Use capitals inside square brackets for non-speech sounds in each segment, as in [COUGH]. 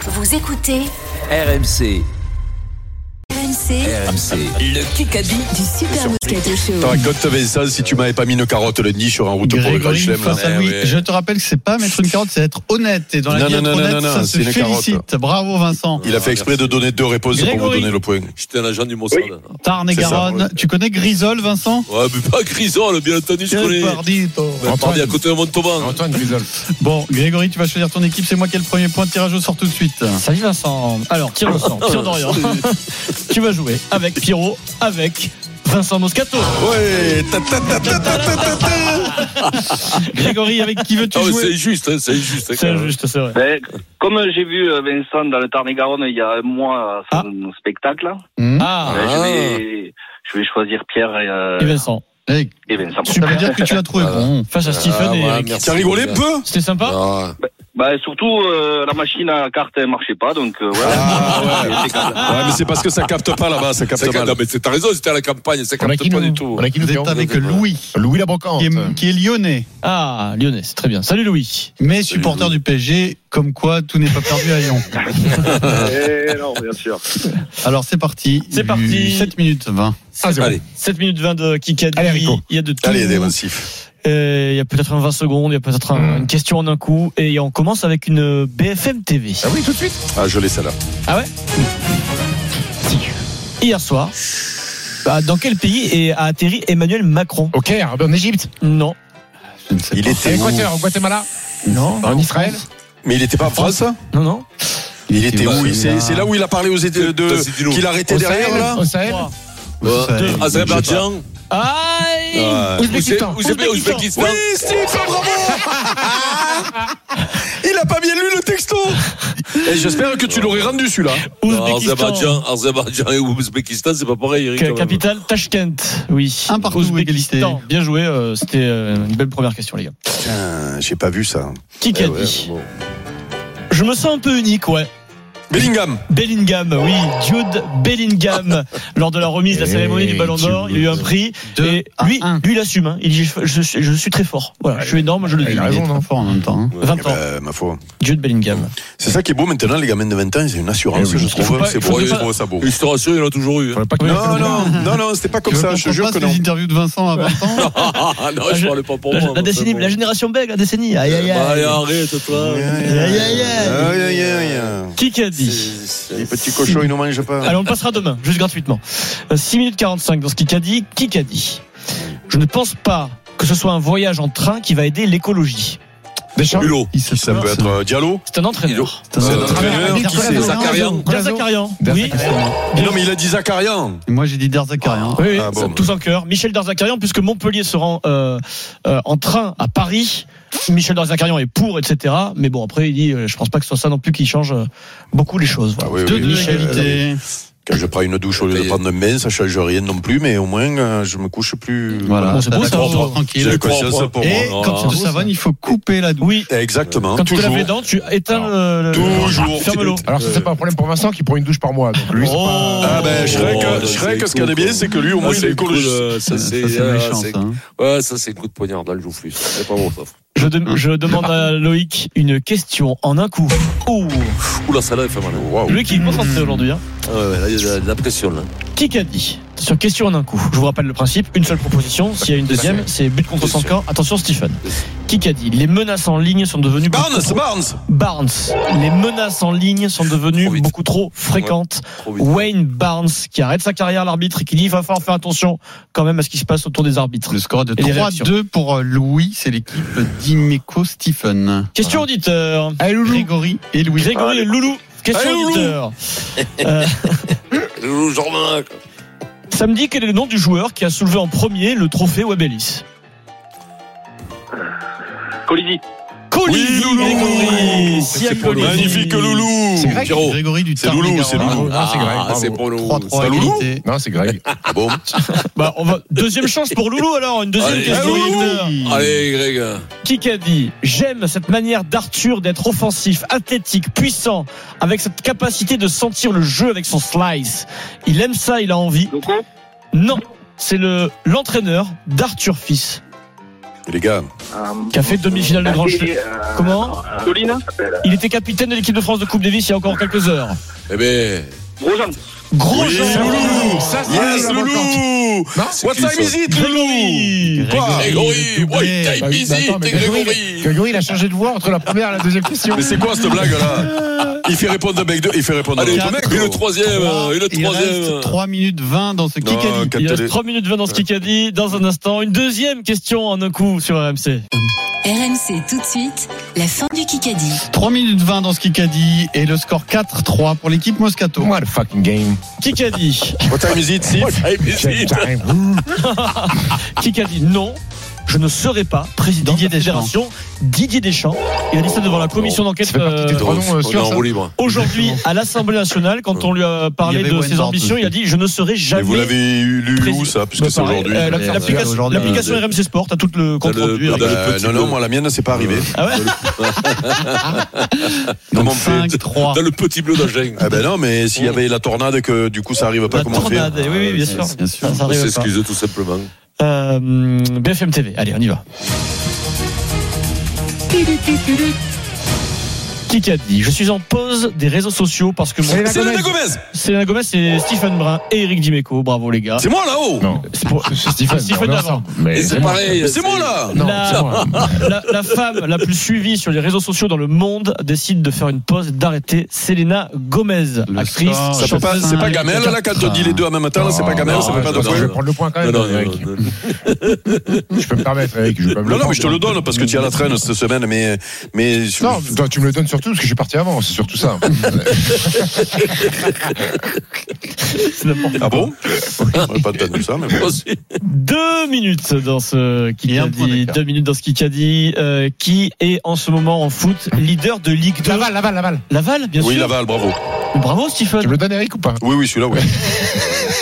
Vous écoutez RMC, RMC RMC. Le Kikadi du Super Moscato Show. T'as raconté ça si tu m'avais pas mis une carotte le nid sur un route pour le Grand Grégory, Chelem. là. face à Eh Louis. ouais. Je te rappelle que c'est pas mettre une carotte, c'est être honnête. Et dans la Non, vie, non, être non, honnête, non, non, ça non, se c'est une carotte. félicite. Bravo Vincent. Il a fait exprès de donner deux réponses pour vous Grégory. donner le point. J'étais un agent du Mossad. Tarn et C'est ça, Garonne. ouais. Tu connais Grisol, Vincent Ouais, mais pas Grisol, bien entendu, je connais. Quel pardito. Ben, Pardi à côté de Montauban. Antoine Grisol. Bon, Grégory, tu vas choisir ton équipe. C'est moi qui ai le premier point de tirage au sort tout de suite. Salut Vincent. Alors, tire au sang, tire d'Orient. [LAUGHS] tu vas jouer avec Pierrot, avec Vincent Moscato. Ouais, ta, ta, ta, ta, ta, ta, ta, ta. Grégory, avec qui veux-tu Ah, mais jouer c'est juste, hein, c'est juste. C'est juste, c'est vrai. Ben, comme j'ai vu euh, Vincent dans le Tarn-et-Garonne il y a un mois à son spectacle, hein, Ah, ben, Ah. je, vais, je vais choisir Pierre et, euh, et Vincent. Eh, et Vincent. Ça veut dire que tu as trouvé Euh, Ah. bon. Face à Stephen et Eric. T'as rigolé un peu C'était sympa pas Ben, surtout, euh, la machine à cartes ne marchait pas, donc euh, voilà. C'est- c'est calme. Ah. Ouais, mais c'est parce que ça capte pas là-bas, ça capte mal. Non, mais c'est- t'as raison, c'était à la campagne, ça On a capte qui pas nous du tout. On a qui nous Vous êtes Pierrot avec Vous êtes- Louis, Louis la brocante. qui est, qui est lyonnais, Ah, Lyonnais, c'est très bien. Salut Louis. mais supporter du PSG, comme quoi tout n'est pas perdu à [LAUGHS] Lyon. Eh non, bien sûr. Alors c'est parti. C'est parti. 7 minutes 20. Allez, 7 minutes 20 de Kikadi. Allez, Rico. Il y a de tout. Allez, des Euh, massifs. Il y a peut-être un 20 secondes, il y a peut-être un- une question en un coup. Et on commence avec une BFM TV. Ah oui, tout de suite. Ah, je l'ai celle-là. Hier soir, bah, dans quel pays est- a atterri Emmanuel Macron Au Caire, en Égypte, Non. Je ne sais Il pas. à était où l'Équateur, au Guatemala, Non. en Israël. Mais il était pas en France Non, non. Il était où, où Il- celui-là C'est c'est là où il a parlé aux États- de Vas-y, dis-nous. qu'il arrêtait au derrière Sahel, là Au Sahel. Trois. Ouais. Ça, Deux. Azerbaïdjan, Aïe Ouais. Ouzbékistan. Ouzbékistan. Ouzbékistan. Oui, Steve, bravo [LAUGHS] Il a pas bien lu le texto Et J'espère que tu l'aurais rendu celui-là. Non, Ouzbékistan. Azerbaïdjan, Azerbaïdjan et Ouzbékistan, c'est pas pareil, Eric. Ca- quand même. Capitale Tashkent, oui. Un partout, Ouzbékistan. égalité. Bien joué, euh, c'était euh, une belle première question, les gars. Putain, Ah, j'ai pas vu ça. Qui qu'a dit Je me sens un peu unique, ouais. Bellingham Oh. Bellingham, oui, Jude Bellingham, lors de la remise de la Eh, cérémonie du Ballon d'Or, il y a eu un prix. Deux et à lui, un. lui, il assume. hein. Il dit je, je suis- je suis très fort. Voilà, je suis énorme, je le dis. Il a Il est raison, non très fort en même temps. hein. 20 ans, Euh, ma foi. Jude Bellingham. C'est ça qui est beau maintenant, les gamins de 20 ans, ils ont une assurance, Eh oui. je Il faut trouve. hein. pas- C'est il faut beau, pas- je trouve ça beau. Et je te rassure, il y en a toujours eu. hein. Faudrait pas que- Non, non, non, non, c'était pas comme Tu veux ça, qu'on je te jure fasse que non. les interviews de Vincent à 20 ans [LAUGHS] Ah non, je La- parlais pas pour La, moi. mais la décennie, enfin, bon. la génération bègue, la décennie. Aïe, aïe, Bah, allez, aïe. arrête, toi. Aïe, aïe, aïe. Aïe, aïe, aïe, aïe. Qui qu'a dit C'est- c'est- Les petits cochons, ils ne mangent pas. Allez, on le passera demain, juste gratuitement. Euh, 6 minutes 45 dans ce qui qu'a dit. Qui qu'a dit Je ne pense pas que ce soit un voyage en train qui va aider l'écologie. Deschamps. Hulot, Il se ça pleure, peut ce- être euh, Diallo C'est un entraîneur. C'est un Euh, entraîneur Travers, qui sait. Travers, Zakarian. Travers, Bien Brazo. Zakarian. Bien Oui. Zakarian. Bien- Non, mais il a dit Zakarian. Moi j'ai dit hein. Derzakarian. Oui, oui, Ah, bon. ça- tous en cœur. Michel Darzacarian, puisque Montpellier se rend euh, euh, en train à Paris. Michel Darzacarian est pour, etc. Mais bon, après, il dit, euh, je pense pas que ce soit ça non plus qui change euh, beaucoup les choses. Ah Voilà. oui, Deux oui, de oui, euh, l'égalité. Quand je prends une douche au lieu de prendre un bain, ça change rien non plus, mais au moins euh, je me couche plus. Voilà. Bon, c'est beau, T'as ça, la on conscience va- J'ai tranquille. conscience pour moi. hein. Et non, quand tu te non. savonnes, il faut couper la douche. Oui, Euh, Exactement, quand tu Hein, toujours. laves les dents, tu éteins le, le- Ah, Toujours. Ferme l'eau. Ah, Alors, ça, c'est pas un problème pour Vincent qui prend une douche par mois. Donc, lui, c'est Oh. pas- Ah ben, Shrek, Oh, euh, c'est Shrek ce qu'il y a de cool, bien, quoi. c'est que lui, au Ah, moins, il c'est est cool, écologique. euh, ça, Ça, c'est c'est méchant, ça, hein. Ouais, ça, c'est un coup de poignard dans le joufflu. ça. C'est pas bon, ça. Je, dem- je demande [LAUGHS] à Loïc une question en un coup. Oh, Oula, ça là, il fait mal. Waouh. Loïc, il est concentré aujourd'hui. hein. Ah ouais, là, il y a de la pression, là. Qui qu'a dit Sur question en un coup. Je vous rappelle le principe une seule proposition. S'il y a une deuxième, c'est but contre son camp. Attention, Stephen. Qui qu'a dit Les menaces en ligne sont devenues Barnes, beaucoup trop- Barnes Barnes. Les menaces en ligne sont devenues Trop vite. beaucoup trop fréquentes. Trop vite. Wayne Barnes, qui arrête sa carrière à l'arbitre et qui dit il va falloir faire attention quand même à ce qui se passe autour des arbitres. Le score est de Et les réactions. 3-2 pour euh, Louis, c'est l'équipe d'Imeco Stephen. Question auditeur. Allez, Loulou. Grégory et Louis. Grégory et Loulou. Question Allez, Loulou. auditeur. Euh, Loulou Jordan. Samedi, quel est le nom du joueur qui a soulevé en premier le trophée Wabelis Colisi. Colisi, Loulou. Grégory, C'est Siam pour le- Colisi. Magnifique Loulou C'est Greg Pierrot. Grégory du C'est Tarn et Loulou, Garonne. c'est Loulou. Ah, c'est Greg, Ah, bravo. c'est pour le. 3-3 C'est Loulou égalité. Non, c'est Greg. Ah bon Bah, on va... Deuxième chance pour Loulou alors, une deuxième Allez, question. Loulou. auditeur. Allez, Greg. Qui qu'a dit J'aime cette manière d'Arthur d'être offensif, athlétique, puissant, avec cette capacité de sentir le jeu avec son slice. Il aime ça, il a envie. Loco. Non, c'est le l'entraîneur d'Arthur Fils. Mais les gars, qui a fait demi-finale de Grand Chelem. Comment Colline Il était capitaine de l'équipe de France de Coupe Davis il y a encore quelques heures. Eh ben. Grosjean. Gros Oui, Jean Loulou. Ça, c'est Yes, la Loulou Non What qui, time is it, Grégory. Loulou Quoi Grégory, boy, time Bah oui, bah busy, attends, mais t'es Grégory, Grégory. Grégory, il a changé de voix entre la première et la deuxième question. Mais c'est quoi cette blague là Il fait répondre un mec deux, il fait répondre un Allez, autre mec. et le troisième, et le Il reste ben, troisième. 3 minutes 20 dans ce Non, Kikadi. Il captez-les. reste 3 minutes 20 dans ce Kikadi. Dans un instant, une deuxième question en un coup sur RMC. RMC tout de suite, la fin du Kikadi. 3 minutes 20 dans ce Kikadi et le score 4-3 pour l'équipe Moscato. What a fucking game. Kikadi. What time is it, Sif Time is Check it. time. Kikadi, non. Je ne serai pas président de Didier la fédération. Didier Deschamps. Il a dit ça devant la commission d'enquête. Ça fait partie des euh, trois noms, euh, On est sûrs, en ça. roue libre. Aujourd'hui, à l'Assemblée nationale, quand on lui a Il parlé y avait de Wayne ses Bard ambitions, aussi. il a dit Je ne serai Mais vous jamais l'avez eu lu où ça Bah, Puisque c'est pareil, aujourd'hui. euh, l'appli- Merde, l'application- aujourd'hui. euh, L'application RMC Sport, t'as tout le hein. compte T'as le- rendu. t'as avec- le- Euh, petit non, non, bleu. moi la mienne, c'est pas arrivé. Ah ouais Comment on fait 5-3. Dans le petit bleu d'Agen. Ah ben non, mais s'il y avait la tornade que du coup ça arrive pas, La comment on fait tornade, oui, oui, bien sûr. Ah, bien sûr. Ça, ça On arrive pas. s'excuse tout simplement. Euh, BFM TV, allez, on y va. Qui a dit Je suis en pause des réseaux sociaux parce que mon. Selena C'est le Gomez. Gomez Selena Gomez, c'est Stephen Brun et Eric Dimeco. Bravo les gars. C'est moi là-haut Non, C'est pour- c'est Stephen. Ah, Stephen on est d'avant. ensemble. Mais Et c'est pareil. Mais c'est moi là Non, La- c'est moi. [LAUGHS] La, la femme la plus suivie sur les réseaux sociaux dans le monde décide de faire une pause et d'arrêter Selena Gomez, Le actrice. score, Ça peut pas- C'est pas Gamel là, quand on dit les deux en même temps, là, c'est pas Gamel, Non, ça fait pas je- de Je vais points. prendre le point quand Non, même, non, Eric. non, [LAUGHS] non. Je peux me permettre, Eric. Je vais pas me Non, non, mais je te prendre. le donne parce que tu as la traîne cette semaine, mais. mais Non, toi, tu me le donnes surtout parce que je suis parti avant, c'est surtout ça. C'est n'importe quoi. Ah bon J'aurais pas entendu ça, mais bon. Deux minutes dans ce Il y a un point Kikadi. d'écart. Deux minutes dans ce Kikadi. Euh, qui est en ce moment en foot leader de Ligue 2 Laval, Laval, Laval. Laval, bien Oui, sûr. Laval, bravo. Bravo, Tu Stephen. me le donnes, Eric, ou pas Oui, oui, celui-là, oui.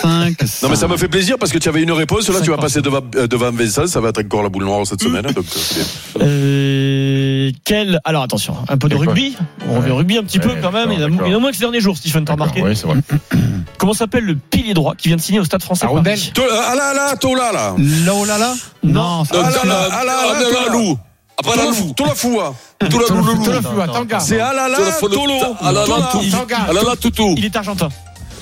5 [LAUGHS] Non, mais ça me fait plaisir parce que tu avais une réponse. Là, tu vas passer devant, euh, devant Vincent. Ça va être encore la boule noire cette semaine. Donc, euh, c'est bien. Euh, quel... Alors, attention, un peu de Et quoi rugby. On revient au rugby un petit Ouais, peu quand même. Il y en a, d'accord, il y en a moins que ces derniers jours, Stephen, t'as remarqué. Oui, c'est vrai. Comment s'appelle le pilier droit qui vient de signer au Stade français Arundel Paris To- Ah là là, Tola là. Laolala Non, c'est Ah pas là celui-là. là, ah là là, Tola loup. Après la loup. Tola foua. Tout la loup, Tout loup. le flou, attends, gars. C'est ah là là, Tolo. Ah là là, tout. Tanga. Ah là là, toutou. Il est argentin.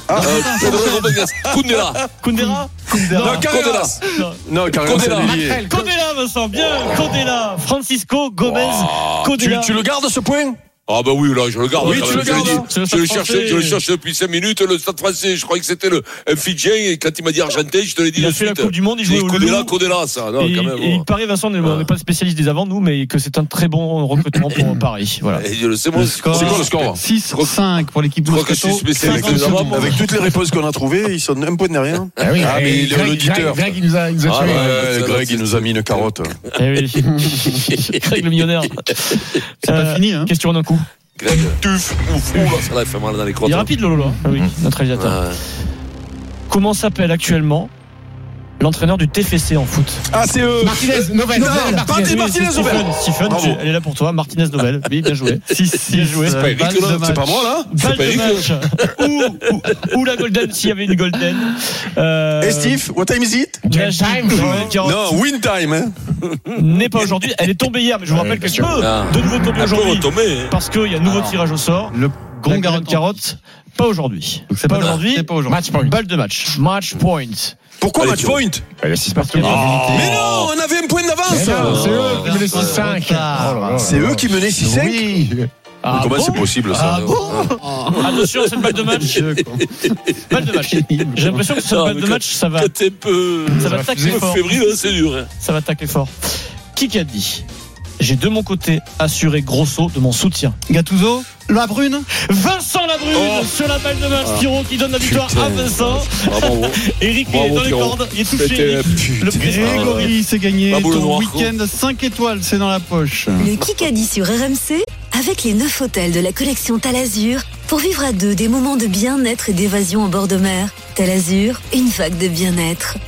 Ah, Euh, Pedro Rodriguez. Kundera. Ah, Kundera Ah, Non, Carreras. Non. Non, Carreras, Condé, c'est là. lié. Condela, Vincent, bien Condela Francisco Gomez Wow. Tu, Condela tu le gardes ce point Ah bah oui, là, je le garde. Oui, Quand tu même, le gardes. Je, C'est le je le stade cherchais, français. je le cherchais depuis 5 minutes, le stade français. Je croyais que c'était le un Fidjien, et quand il m'a dit argentin, je te l'ai dit Il de a fait la suite. Coupe du Monde, il J'ai jouait dit au Codela, Loup. Codela, ça. Non, Et, quand même. hein. oh. et il bon. paraît, Vincent, on est- on n'est pas le spécialiste des avants, nous, mais que c'est un très bon recrutement pour Paris. Voilà. Et je le sais, moi. Le score, C'est quoi le score 6-5 pour l'équipe Je crois que je Moscato. suis spécialiste 50 des avants, secondes. moi. Avec toutes les réponses qu'on a trouvées, ils sont un point derrière. Ah oui, Ah, mais et il est Greg- l'auditeur. Greg, Greg, il nous a, il nous a Ah, tués. ouais. Euh, Greg, il nous a mis une carotte. Eh oui. Greg le millionnaire. C'est pas Euh, fini, hein. Question en un coup. Greg. euh, Tuf, ouf, ouf, là, ça l'a fait mal dans les crottes. Il est rapide, Lolo, là. Ah oui, notre réalisateur. Ah, ouais. Comment s'appelle actuellement l'entraîneur du TFC en foot Ah, c'est eux. Martinez, Novelle. Non, Martinez. Novelle, Martinez. Et Martinez Stephen, Novel. Stephen, Bravo. tu- elle est là pour toi. Martinez Novel. Oui, bien joué. 6-6. Bien joué. euh, pas balle Nicolas, de c'est match. Pas moi là Balle de C'est pas match. ou, ou- ou la golden, s'il y avait une golden. Euh, Et Steve, what time is it Bien Game joué. time. Jean-Luc Garot Non, win time. hein. n'est pas aujourd'hui. Elle est tombée hier, mais je vous rappelle Ouais, qu'elle bien peut Ah. de nouveau tomber Elle peut aujourd'hui. retomber. hein. Parce qu'il y a un nouveau tirage au sort. Le Grand grand Garonne garde Carotte, pas aujourd'hui. Donc c'est pas pas aujourd'hui. C'est pas aujourd'hui. Match point. Balle de match. Match point. Ah. Pourquoi Allez, match Thio. point Il y a 6 partout. Mais non, on avait un point Oh. Mais non, d'avance. c'est eux qui menaient 6-5. Oh là là. Oh là là. C'est eux qui menaient 6-5 Oui. Ah Comment bon c'est possible ça Attention à cette balle [LAUGHS] de match. Balle de match. J'ai l'impression que cette Non, balle mais de que- match, ça va, Quand t'es peu. ça va tacler peu fort. fébrile, hein, c'est dur. [LAUGHS] hein. Ça va tacler fort. Qui qui a dit J'ai de mon côté assuré Grosso de mon soutien. Gattuso La brune Vincent Labrune Oh. sur la balle de match. Pierrot qui donne la victoire à Vincent. Ah, bravo. Eric il est Bravo, dans les Pierrot. cordes. Il est touché. C'était- Eric. Le président. Grégory, c'est gagné. La boule Ton noire, week-end 5 étoiles, c'est dans la poche. Le Kikadi sur RMC avec les 9 hôtels de la collection Talazur pour vivre à deux des moments de bien-être et d'évasion en bord de mer. Talazur, une vague de bien-être.